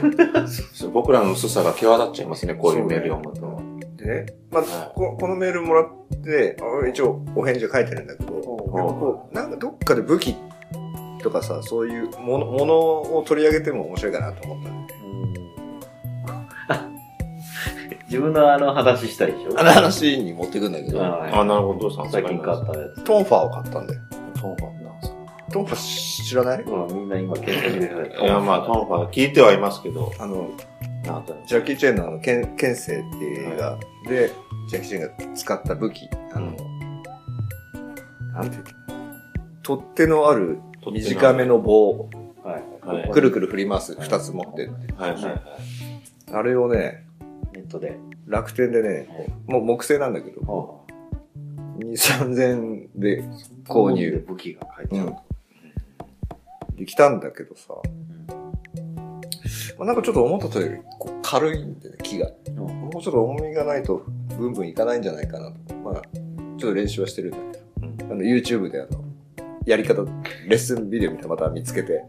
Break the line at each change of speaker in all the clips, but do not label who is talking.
僕らの薄さが際立っちゃいますね、こういうメール読むと。
ででね、まあ、
はい
ここのメールもらって、あ一応お返事は書いてるんだけど、
お
なんかこう、なんかどっかで武器とかさ、そういうものものを取り上げても面白いかなと思ったんで。
自分のあの話したいでしょ
あの話に持ってくんだけど、
あ、
あ
なるほど、どうしたんです
最
か
近買ったや
トンファーを買ったんだよ。
トンファなんです
トンファー知らない
つ。うん、みんな今検索できない
かいや、まあ、トンファ聞いてはいますけど、
あの、
なんかね
ジャッキー・チェンのあの、けん、剣聖っていう映画で、ジャッキー・チェンが使った武器、あの、なんていうの取っ手のある短めの棒を
はい。
はい
くるくる振ります。二つ持ってって。
はいはいはい。
あれをね、
ネットで。
楽天でね、もう木製なんだけど、
は
2、3000で
あ
購入。
武器が書いてある。
できたんだけどさ、まあ、なんかちょっと思ったとよりこう軽いんでね、木が。
うん
もうちょっと重みがないと、ブンブンいかないんじゃないかなと。まあ、ちょっと練習はしてるんだけど、あの、YouTube であの、やり方、レッスンビデオみたいなのまた見つけて、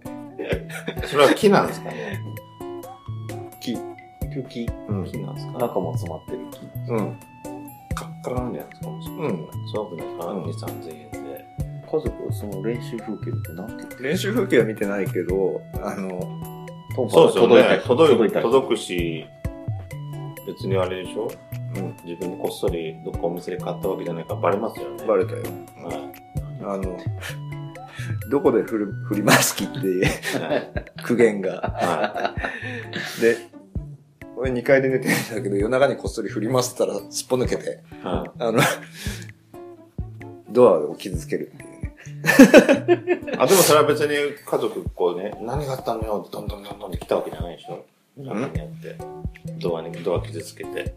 それは木なんですかね
木、
うん木、
うん、
木なんですか
中も詰まってる木。
うん、
カッカラなんじゃないですかもしれない。
うん。
すごくなんか、2、3000円で。
家族はその練習風景ってなんて言ってる
練習風景は見てないけど、あの、
トン
そうですよ
届いた
ね
り。
届
届
い
い
た
た
り
り
届くし、別にあれでしょ
うん、
自分でこっそりどっかお店で買ったわけじゃないからバレますよね。
バレたよ。
はい
あの、どこで振る振りますきっていう
はい
苦言が。
は
で、俺2階で寝てるんだけど、夜中にこっそり振りますったらすっぽ抜けて、
いはい
あの、ドアを傷つけるっていうね。
あ、でもそれは別に家族こうね、何があったのよってどんどんどんどんって来たわけじゃないでしょ。なんかやって、ドアに、ドア傷つけて。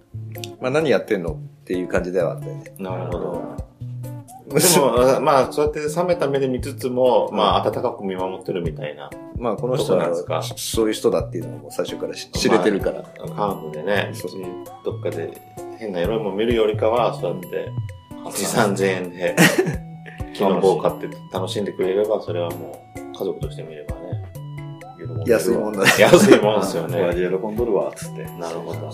まあ何やってんのっていう感じではあったよね。
なるほど。で
娘
も、あまあ、そうやって冷めた目で見つつも、まあ、温かく見守ってるみたいな。
まあこの人
どこなんですか
はそういう人だっていうのはもう最初から知知れてるから。
まあ。韓国でね、
そうそう
どっかで変なエロいもん見るよりかは、そうやって、8、3000円 で、木の棒買って楽しんでくれれば、それはもう、家族として見ればね。
安いもんだね。
安いもんですよ
あ
ね。
親父喜んどるわ、つって。
なるほど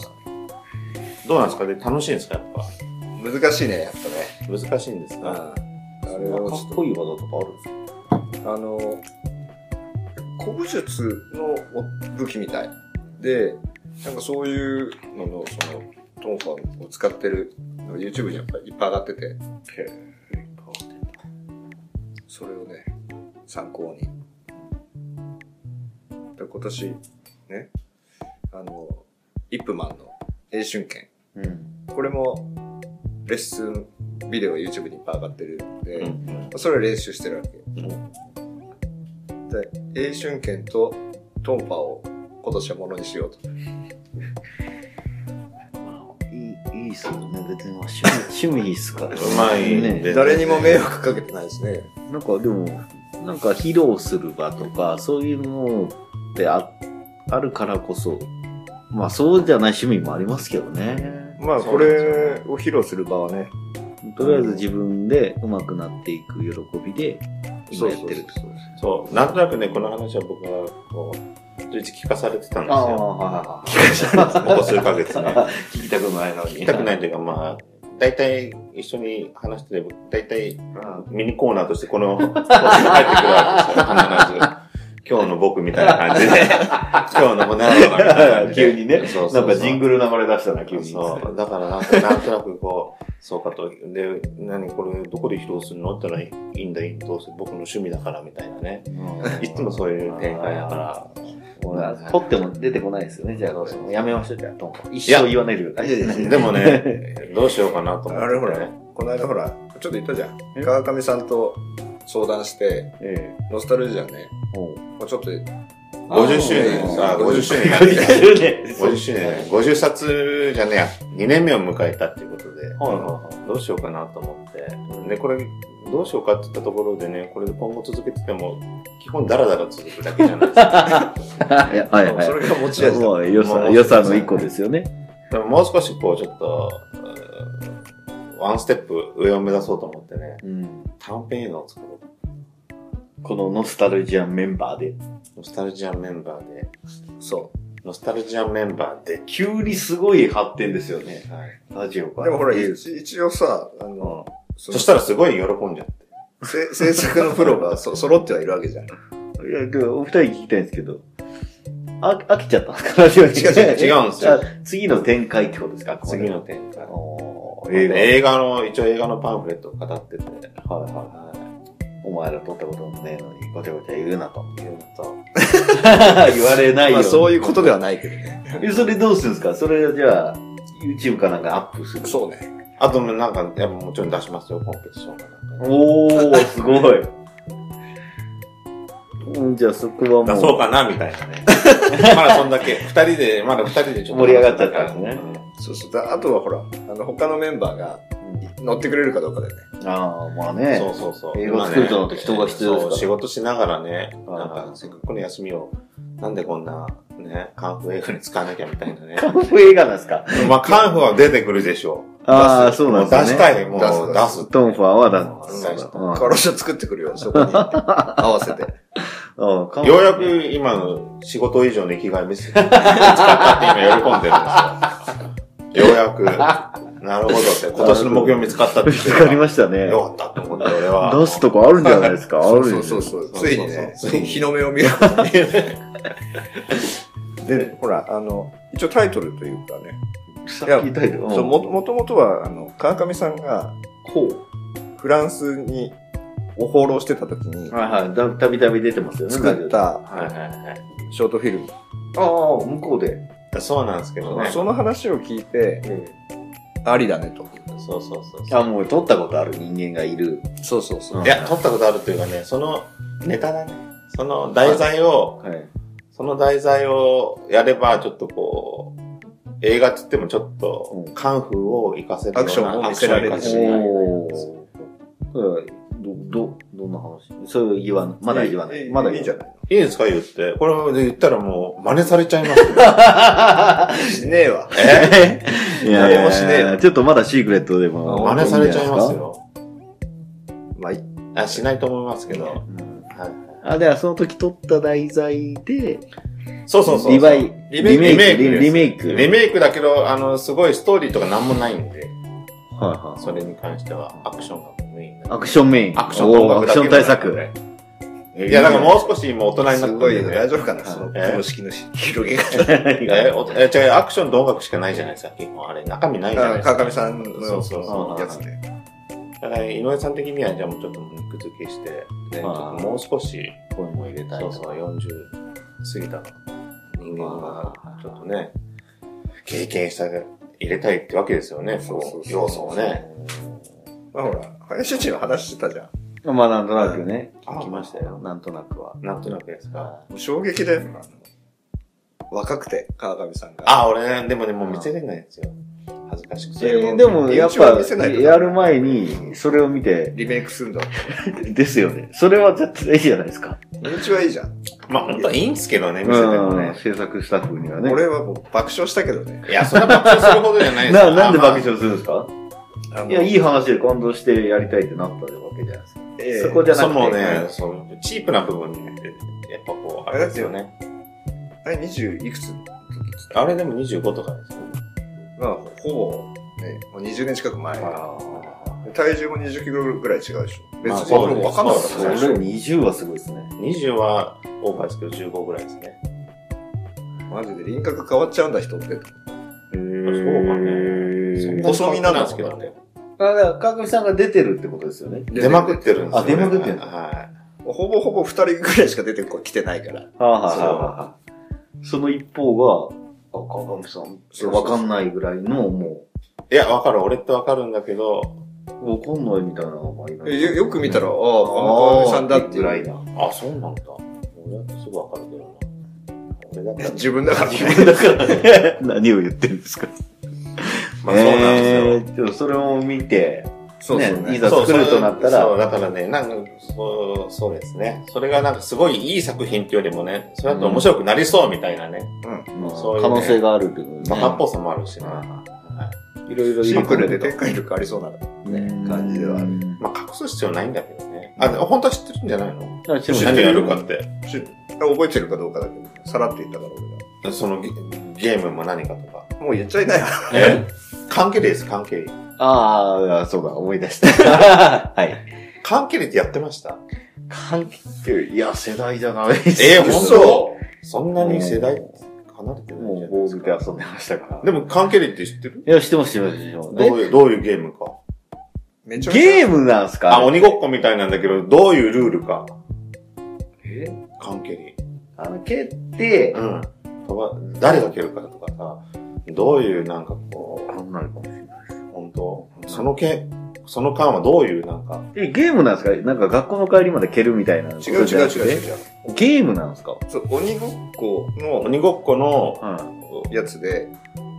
どうなんですかね楽しいんですかやっぱ。
難しいね、やっ
難しいんです
ぱ
か
ね。あれ
なん
を
か
ち
か
ょっ
っ
と
こいい技とかあるんですか
あの、古武術の武器みたい。で、なんかそういうのの、その、トンファーを使ってるのが YouTube にやっぱいっぱい上がってて、それをね、参考に。で今年、ね、あの、イップマンの英春拳。
うん。
これも、レッスンビデオが YouTube にいっぱい上がってるんで、
うん
それを練習してるわけ。で、英春拳とトンパを今年はものにしようと。
まあいい、いいっすよね。別にまあ趣味、趣味っす からね。
うまいんで
ね。
誰にも迷惑かけてないですね。
なんかでも、なんか披露する場とか、そういうのってああるからこそ、まあそうじゃない趣味もありますけどね。
まあ、これを披露する場はね、
とりあえず自分で上手くなっていく喜びで、今やってる
そうそうそう
そう。なんとなくね、この話は僕は、こう、随時聞かされてたんですよ。
ああ、
ここ数ヶ月 ね。
聞きたくないのに。聞
聞きたくないというか、まあ、大体一緒に話してれば、大体ミニコーナーとしてこの、こっち に入ってくる わけですよ。必ず。今日の僕みたいな感じで、 今日のもなるほど。
急にね
そうそうそ う
なんかジングル流れ出したな、急に。
そう。だからなんか、なんとなくこう、 そうかと。で、何これ、どこで披露するのって言ったら、いいんだ、いいどうせ僕の趣味だから、みたいなね。
うん
いつもそういう展開だから。
ほら取っても出てこないですよね。じゃあどうしよう、やめましょう。じゃあ、どうも一
や
生言わないでください。
でもね、どうしようかなと思って、ね。
あれほら、この間ほら、ちょっと言ったじゃん。
え
川上さんと相談して、
ええ
ノスタルジアね、
おう
もうちょっと、
50周年
あー
さ、50周年やってた。50
50
周年、50冊じゃねえや、2年目を迎えたっていうことで、
はいはいは
どうしようかなと思って、で、これ、どうしようかって言ったところでね、これで今後続けてても、基本ダラダラ続くだけじゃないですか。
いやはいはい
それが持ち味だ。
もう良さ、良さの一個ですよね。
でももう少しこう、ちょっと、うんワンステップ上を目指そうと思ってね、
うん。
短編映画を作ろう。
このノスタルジアメンバーで。
ノスタルジアメンバーで、
そ
ノスタルジアメンバーで。
急にすごい発展ですよね。
はい。
ラジオから。
でもほら、
いい
い
です
一応さ、あ
う
の、
ん
そ
そしたらすごい喜んじゃって。
のせ制作のプロがそ揃ってはいるわけじゃん。
いや、でもお二人に聞きたいんですけど、あ飽きちゃったんですかラジ オに
違う違
違うんですよ
あ次の展開ってことですか
次の展開。
おー、映画。
映画の、一応映画のパンフレットを語ってて。
はいはいはい。お前ら撮ったこともねえのに、ごちゃごちゃ言うなと。
言うと。
言われないよ。
まあそういう
こ
ことではないけどね。
と。それどうするんですかそれじゃあ、YouTube かなんかアップする。
そうね。
あともなんか、やっぱもちろん出しますよ、コンペティションがなんか。
おー、すごい。うんじゃあそこは
出
も
そう
う、
かな、みたいなね。まだそんだ け。二人で、まだ二人でちょっと。
盛り上がっちゃったんですね
そうそう。だあとはほら、あの、他のメンバーが乗ってくれるかどうかだよね。
ああ、まあ
うん
ね。
そうそうそう。
映画作るとなって人が必要ですから
そう仕事しながらね、
はい
なんか、せっかくの休みを、なんでこんな、ね、カンフー映画に使わなきゃみたい なね。
カンフー映画なんですか
まあ、カンフーは出てくるでしょう。
ああ、そうなんですね。
もう出したい、もう
出す
出す。
トンファーはだ。
出した
うん
彼女作ってくるよ、そ こに。合わせて。
うんカンフ
よ
ァ
う
ー
やく今の仕事以上の生きがい見せて、使ったって今喜んでるんですよ。ようやく。なるほどって、今年の目標見つかったって
見
言って
つ
る
かりましたね。
よかったと思って、俺は。
出すとこあるんじゃないですかあ
そ
る
うそ
ん
う
じゃ
そ
ないうですか
そうそうそう
そう。ついにね、
そう
ついに日の目を見る。 で、ほら、あの、一応タイトルというかね、
さ
いや
っき言ったけど。
そうももともとは、あの、川上さんが、
ほう。
フランスにお放浪してた時に、
はいはい。だたびたび出てますよね。
作っ
あ
た
はいはいはい
ショートフィルム。
あ、向こうで。
だ。そうなんですけどね。
その話を聞いて、ありだねと。
そうそうそうそう。
あ、もう撮ったことある人間がいる。
そうそうそ
うん
いや、撮ったことあるっていうかね、そのネタだね。その題材を、
はい。
その題材をやれば、ちょっとこう、映画って言ってもちょっと
う、
カンフーを活かせるような
アクションも見せられ
ア
る
ク
し
ションを
お
活かせる
ー。はいど、ど、どんな話そう言わない。まだ言わない。まだ
いいじゃ
ない。
ない
いいですか言って。これも言ったらもう、真似されちゃいますよ。
しねえわ。
えいやい
何もしねえ
や、
よ
ちょっとまだシークレットでも。
真似されちゃいますよ。
まあ、い
あ、しないと思いますけど。はい
うん。
は
あ、ではその時撮った題材で、
いそうそうそう。
リバイ、
リメイク
リリメイク。
リメイクだけど、あの、すごいストーリーとかなんもないんで、
はいはい。
それに関してはアクションがメインなんで
アクションメイン。
アクション音
おーアク
楽
シ
だけ
ョン対策。
いや、だからもう少し今大人になった
す
ん
ごい
で
よ、
ね
大丈夫かな、
はい
その
え
常識の広げ方。
え、おえ違う、アクションと音楽しかないじゃないですか、基本。あれ、中身ないじゃない
あ
ですか。
川上さんの
そうそうそう
やつで。
だから、井上さん的には、じゃあもうちょっと肉付けして、ね、ちょっともう少し、
声も入れたい
そ
とか。
うそう、40過ぎた人間が、ちょっとね、経験した、入れたいってわけですよね、
そうそうそう
こ要素をね。
まあほら、林ちの話してたじゃん。
まあなんとなくね。
あ
聞きましたよ。なんとなくは。
なんとなくですか。
もう衝撃だよ。あの若くて、川上さんが。
あ、俺ね、でもね、もう見せれないんですよ。恥ずかしく
え
て。
ーでも、やっ
印象を
ぱ
見せない、と
やる前に、それを見て、
リメイクするんだ。
ですよね。それは絶対いいじゃないですか。
うちはいいじゃん。
まあ、本当はいいんですけどね、見せても
う
ね
ん。。制作スタッフにはね。
俺はもう爆笑したけどね。
いや、そんな爆笑するほどじゃないです
な、 なんで爆笑するんですか
あの
いや、いい話で感動してやりたいってなったわけじゃないですか。
ええ
そこじゃな
そ
くて。
もね、そのチープな部分で、やっぱこう、あれですよね。
あれ20いくつの時って
あれでも25とかですよ。
まあ、ほぼ、ね、もう20年近く前。
あ
体重も20キロぐらい違うでしょ。別
まあ
に
そう
俺
ね
も分かんなかった
それ
最初
20はすごいですね。
20はオーバーですけど、15ぐらいですね。
マジで輪郭変わっちゃうんだ、人って。
へ
そうかね
ー
そんな
細身なんだ
ですけどね。
あだから、川上さんが出てるってことですよね。
出まくってるんですよ。
あ出まくってんだ
は
ほぼほぼ2人ぐらいしか出てこ来てないから。
はあ、
はいはい
い。その一方が、あ、川上さんってわかんないぐらいの、も
い。いや、わかる。俺ってわかるんだけど、
う、わかんないみたいなのがいない
えよよく見たら、ああ、
あ
川上さんだってい。
ぐらいうな。
あ、そうなんだ。俺だってすぐわかるけどな。俺だったら
自分だからね。
だからね、 何を言ってるんですか。
まあそうなんですよ。
すよ。それを見て、
そうそう
ねい
ね。
ざ
そう
作るとなったら
そう、だからね、なんか、そう、そうですね。それがなんかすごいいい作品っていうよりもね、それだと面白くなりそうみたいなね。
まあ
そういう
可
ね
能性があるってことです
バ
ね
カっぽさもあるしな。
いろいろ
シンプルで
て
展開力ありそうな
ね
感じではある
まあ、隠す必要ないんだけどね。あ、でも本当は知ってるんじゃないの
あ知って
る
ま
何
す
があるかって。
し覚えてるかどうかだけど、さらって言ったから俺が。
そのゲゲームも何かとか。
もう言っちゃいなよ。
え関係です、関係。
ああ、そうだ、思い出 した。はい。
関係ってやってました
関係、いや、世代じゃないです
えー、
嘘
本当そんなに世代離れてない
も
じ
う
ゃない
ボ
で
ー
す
ルで
か。
遊んでましたから。
でも関係って知ってる
いや、知ってます、知ってます、知ってます
どういう、どういうゲームか。
めちゃめちゃ。
ゲームなんすか
あ、鬼ごっこみたいなんだけど、どういうルールか。
え
関係
あの、蹴って、
うん。とか誰が蹴るかとかさ、どういうなんかこ
あんなるかもしれない。
う、本当そのけ、その間はどういうなんか、
え、ゲームなんですかなんか学校の帰りまで蹴るみたいな。
違う違う違う違う。
ゲームなんですか
そう、鬼ごっこの
鬼ごっこの、
は
やつで、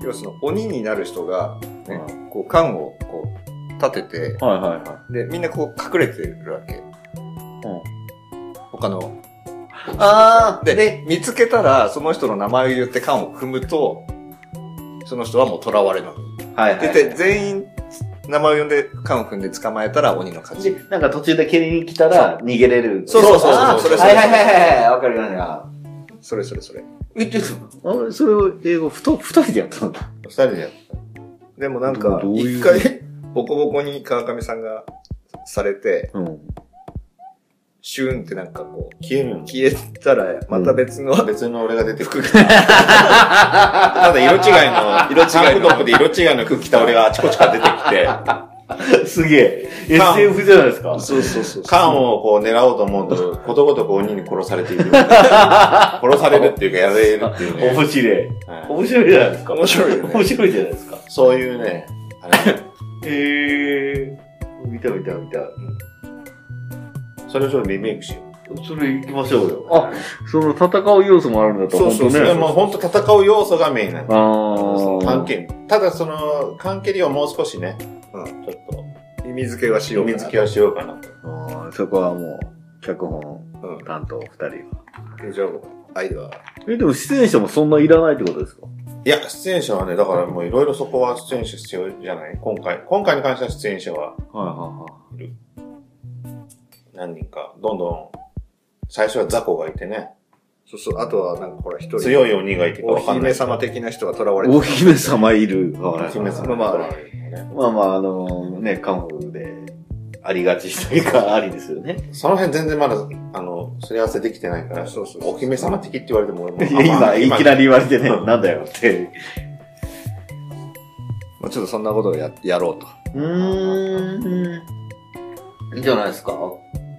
要はその鬼になる人が、
い。はい
ね、こう缶をこう立てて、
はいは
で、みんなこう隠れてるわけ。他の。
い。あー、
で
で、
見つけたら、その人の名前を言って缶を踏むと、その人はもう囚われなの。
はいはい。
で、で全員、名前を呼んで、缶を踏んで捕まえたら鬼の勝ち。
で、なんか途中で蹴りに来たら逃げれる。
そうそうそうそう
あー
それそ
は
れ
いはいはいはいはい。わかりました。
それそれそれ。
え、ちょっと、あそれを英語、ふと、二人でやったんだ。
二人でやっ
でもなんか
どう、いう
一回、 ボコボコに川上さんがされて、
うん。
シューンってなんかこう、
消えるの
消えたら、また別の、
別の俺が出て くる。ただ色違いの、色違いの。タンクトップで色違いの服着た俺があちこちから出てきて、
すげえ。
缶
SF じゃないですか。
そうそうそう
缶をこう狙おうと思う と、ことごとく鬼に殺されている。殺されるっていうか、やられるっていうね。
面白い。
はい
面白いじゃないですか。
面白いよね
面白いじゃないですか。
そういうね、あれ
へえ。見た見た見た。
それをちょっとリメイクしよ
それ行きましょう
う。
よ。あ、その戦う要素もあるんだと
そうそうそう。で
ね。
も本当戦う要素がメインなんです。
あ
関
あ。
係ただその、関係をもう少しね、
うん
ちょっと、
意味付けはしよ
読み
うかな
付けをしようかなと。
あーそこはもう、脚本
う
担当二人が。
ん。じゃあ、愛は。
え、でも出演者もそんないらないってことですか
いや、出演者はね、だからもういろいろそこは出演者必要じゃない今回、今回に関しては出演者
は
は
いは
何人か、どんどん、最初は雑魚がいてね、
そうそう、あとはなんかほら一人。
強い鬼がいてか
お
わかんない。
姫様的な人が囚われて
お姫様いる。
お姫様
まあまあ
ね
まあまあ、あのね、カンフでありがちというか、ありですよね。
その辺全然まだ、あの、すり合わせできてないから、
そうそうそう
お姫様的って言われても俺も
いや
あまあ
今、いきなり言われてね、
うん
なんだよって。
まあちょっとそんなことをややろうと。
うーん。いいんじゃないですか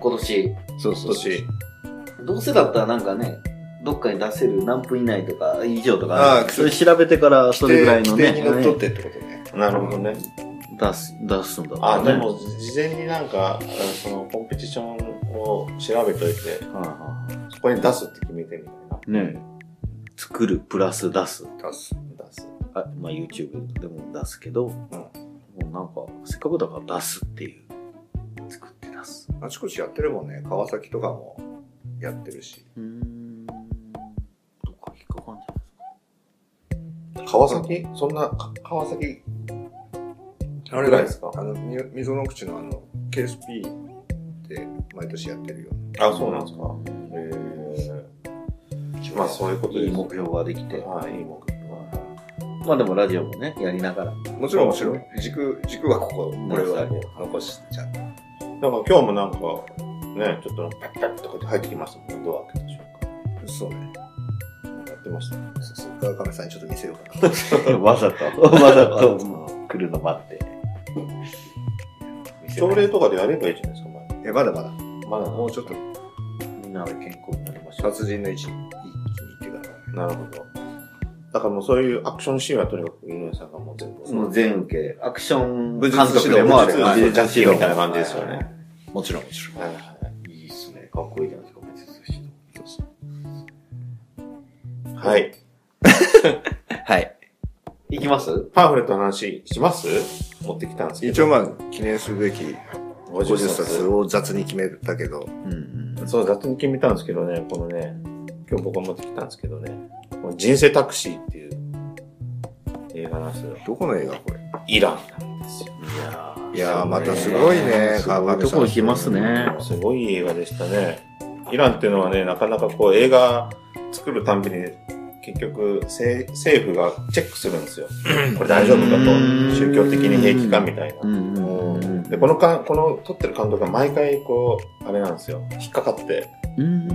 今年。
そう
今年、
どうせだったらなんかね、どっかに出せる何分以内とか、以上と
あ
か、
あ
それ調べてからそれぐらいのね、
規定にのっとっ
ね
てってことね。
なるほどね。
出す、出すんだった
あ、
らね
でも、事前になんか、あのその、コンペティションを調べといて、
はいはいは
そこに出すって決めてみたいな。
いね作る、プラス出す。
出す。
出す。
あまあ YouTube でも出すけど、もうなんか、せっかくだから出すっていう。作って出す。
あちこちやってるもんね。川崎とかもやってるし。
うーん。どっか引っかかんじゃないですか。
川崎そんな、か川崎
あ
れぐらいですか
あの、み溝の口のあの、KSP で毎年やってるよ。
あ、そうなんですか。
うん
へえ。まあ、そういうこと
い
で
い
す。
目標ができて。
はい、いい目標は。
まあでもラジオもね、やりながら。
もちろんもちろん。軸、軸はここ、これはこう残しちゃう。
だから今日もなんか、ね、ちょっとパッパッとこうやって入ってきましたもんね。ドア開けた瞬
そうね。
間。やってましたね。
そうそう。川上さんにちょっと見せようかな。
わざと。 わざと来るの待って。
朝礼とかでやればいいじゃないですか、
え、まだまだ。
まだ。まだ
もうちょっと
みんなで健康になりましょう。
達人の位置に気に入ってから。
なるほど。だからもうそういうアクションシーンはとにかく井上さんがもう全部。
もう全受け、アクション
武術
監督でもある
指導
武術指導みたいな感じですよね。
もちろんもちろん。
はいはい
いっすね。かっこいいじゃないですか、武術指導。
いはい。はい。
はい。
いきます
パンフレットの話します持ってきたんですけど。
一応まあ、記念すべき50
50
冊
冊。
を雑に決めたけど、
うん
そう、雑に決めたんですけどね、このね、今日僕持ってきたんですけどね、この人生タクシーっていう映画なんですよ。
どこの映画これ
イランなんですよ。
いやー
いやーまたすごいね
すごいとこ行きますね。
すごい映画でしたね。イランっていうのはね、なかなかこう映画作るたんびに、結局せ政府がチェックするんですよ。これ大丈夫かと
うん、
宗教的に平気かみたいな
う。んうんうん
で、このか、この撮ってる監督が毎回こう、あれなんですよ。引っかかって。
うん。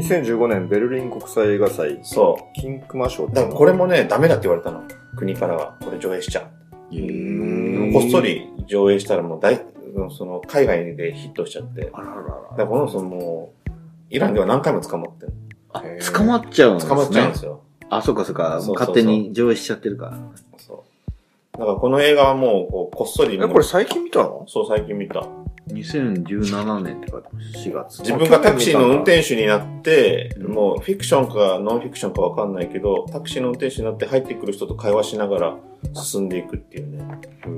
2015年ベルリン国際映画祭、
そ
金熊賞っ
う。
て
だ
い
か
う
ら
の
これもね、ダメだって言われたの。国からは。これ上映しちゃう。
うん
こっそり上映したらもう大、その海外でヒットしちゃって。だか
あららら
らこの人もう、イランでは何回も捕まってる
あ
へー
捕まっちゃうんですね。
捕まっちゃうんですよ。
あ、そうかそうか。
そうそうそう
勝手に上映しちゃってるから。
そう。だからこの映画はもう、こうこっそりも
え、
う。
これ最近見たの
そう、最近見た。
2017年って書いてます。4月。
自分がタクシーの運転手になって、もうフィクションかノンフィクションかわかんないけど、タクシーの運転手になって入ってくる人と会話しながら進んでいくっていうね、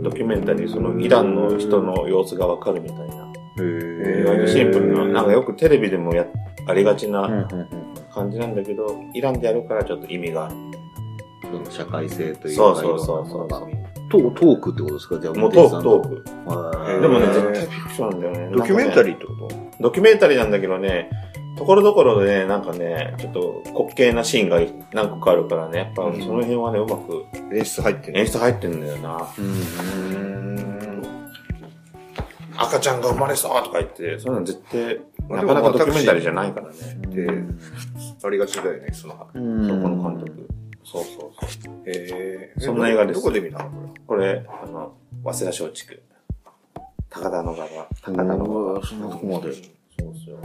ドキュメンタリー、そのイランの人の様子がわかるみたいな。意外とシンプルな、なんかよくテレビでもやありがち
うんう
なん感じなんだけど、イランでやるからちょっと意味がある。
うん社会性という
そうそうそうそう。
トートークってことですかじゃあ、
もうトーク、ト
ク。
ー
は
ク。
へー
い
でもね、絶対フィクションだよね。
ドキュメンタ
ー
リーってこと
ドキュメンタリーなんだけどね、ところどころでね、なんかね、ちょっと滑稽なシーンが何個かあるからね、やっぱその辺はね、うまく
演出入ってんの
演出入ってんだよな。
うん
赤ちゃんが生まれそうとか言って、そういうの絶対、
まあ
なかなか
でもまあ
ドキュメンタリーじゃないからね。
でありがちだよね、その。
うん
そこの監督。そうそうそう。
え
そんな映画です
どこで見たのこ
これ、あの、早稲田松竹。高田の川。高田の
う
川。
わそんなとこまで。
そうですよ。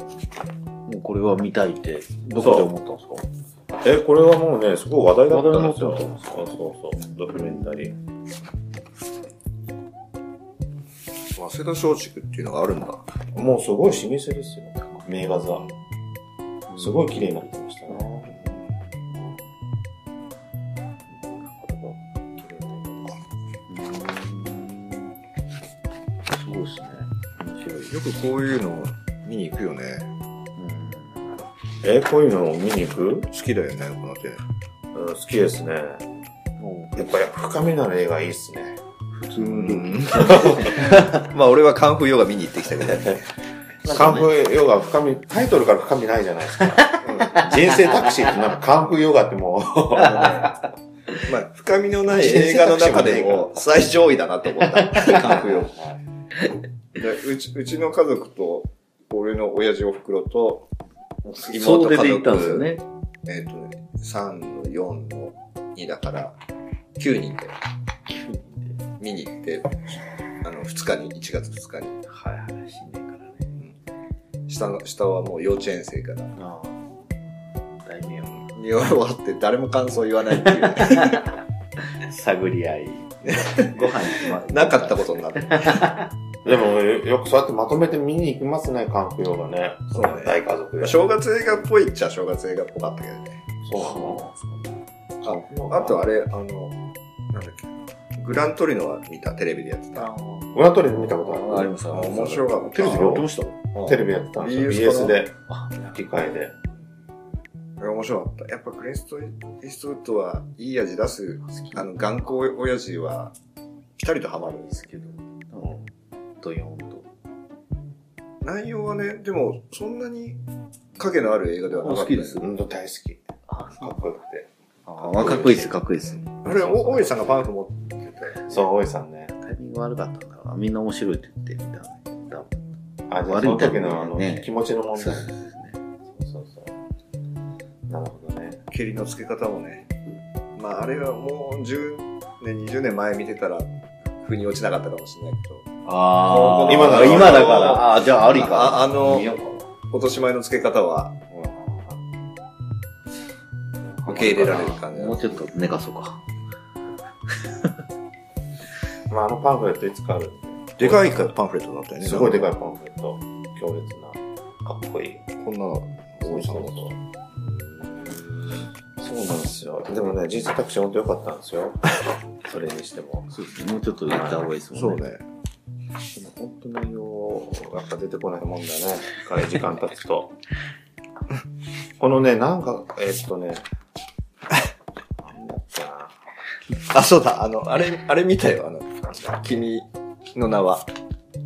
もうこれは見たいって、どこで思ったんですか
え、これはもうね、すごい話題だったんですよ。
話題
そ
にな
うそうそう。ドキュメンタリー。
れ。早稲田松竹っていうのがあるんだ。
もうすごい老舗ですよ。名画座。すごい綺麗になってましたね。
すごいですね。面白い。
よくこういうの見に行くよね。
え、こういうのを見に行く
好きだよね、この手。
うん好きですね。やっぱり深みのある映画いいっすね。
普通の。 まあ俺はカンフーヨガ見に行ってきたけどね。
カンフーヨガ深み、タイトルから深みないじゃない ですか。人生タクシーってなんかカンフーヨガっても
まあ深み のない映画の中でも最上位だなと思った。カンフーヨガ。でうち、うちの家族と、俺の親父お袋と、
そうで行ったんですよね。
えっ、とね、3の4の2だから、9人で、見に行って、あの、2日に、1月2日に、
はいはい、死んでからね。
下の、下はもう幼稚園生から、
大名
見終わって誰も感想言わないっていう、
探り 合い。ご飯に決まって
なかったことになって。
う。でもよくそうやってまとめて見に行きますね、カンフーヨガね。
そうね
大家族で。
正月映画っぽいっちゃ正月映画っぽかったけどね。
そうなの
あとあれ、あの、なんだっけ、グラントリノは見た、テレビでやってた。
裏取りで見たことあ
あり
る
ます
あ面白かった。
テレビでやってま
した
テレビやってたんですよ。
BS
BS で。
あ
機械で。
面白かった。やっぱクレスト・イーストウッドはいい味出す、あの、頑固親父は、ぴたりとハマる。
ですけど、ドヨンと。
内容はね、でも、そんなに影のある映画ではなかった、ね。
うんと大好き。か
あ、
っこよくて。
かっこいいです、かっこいいです。
あれ、お大井さんがパンフ持ってて。
そう、大井さんね。
タイミング悪かったんだろうな。みんな面白いって言ってみたんだけど。
あ、じゃあそ
悪い
の
んだ
時
けど
のあの
ね
気持ちの問
そう
題
で。すね。
そうそうそう。なるほどね。
蹴りの付け方もね。まあ、あれはもう10年、20年前見てたら、腑に落ちなかったかもしれないけど、
あ
ー
今だから。
今
今だ
だ
か
からら。
あーじゃあありか。
ああの
見ようか
落とし前の付け方は受け入れられる感じ
な
だ
もうちょっと寝かそうか。
まあ、あのパンフレットいつかあるん
でかいかパンフレットだったよね。
すごいでか
い。
いパンフレット。強烈な。かっこいい。
こんなの、大井さんのこと。
そうなんですよ。でもね、人生タクシー本当良かったんで すよ。それにしても。
そうですね。もうちょっと行った方がいいですもんね。
そう。ね。
でも本当内容がやっぱ出てこないもんだね。から時間経つと。このね、なんか、えー っとね、なんだっけな。
あ、そうだ、あの、あれ、あれ見たよ、あの、君の名は。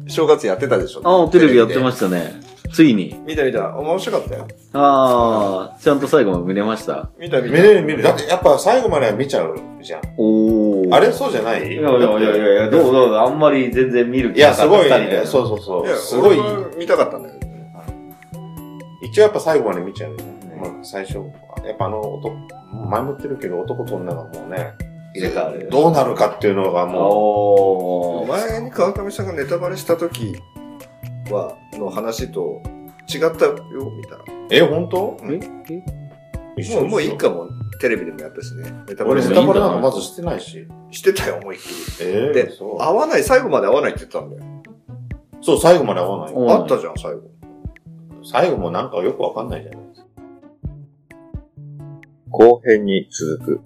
正月やってたでしょ。
ああ、テレビやってま
し
したね。ついに。
た。見た見た。面白かったよ。
ああ、ちゃんと最後まで見れました。
見た見
見
た。
る見る。だってやっぱ最後までは見ちゃうじゃん。
おお。
あれそうじゃない
いやいやいやいやいや、どうどうあんまり全然見る
いや、すご
二
い
人で
ね。そうそうそ
いや
う。すごい。
俺は見たかったんだよ。
一応やっぱ最後まで見ちゃうよね。まあ最初、やっぱあの男、前も言ってるけど男と女がもうね、
入れ替わる
どうなるかっていうのがも
おー
前に川上さんがネタバレした時は、の話と違ったよ、見たら。
う、え、本当
え
え
一
も
緒
う、もういい。かも。テレビでもやったしね。ネタバ
俺
レ
ネ
し
タ
た
バレなんかまずしてないし。
してたよ、思いっきり。
え
で
え、そう。
合わない、最後まで合わないって言ったんだよ。
そう、最後まで合わない。
お
あったじゃん、最後。
最後もなんかよくわかんないじゃないですか。
後編に続く。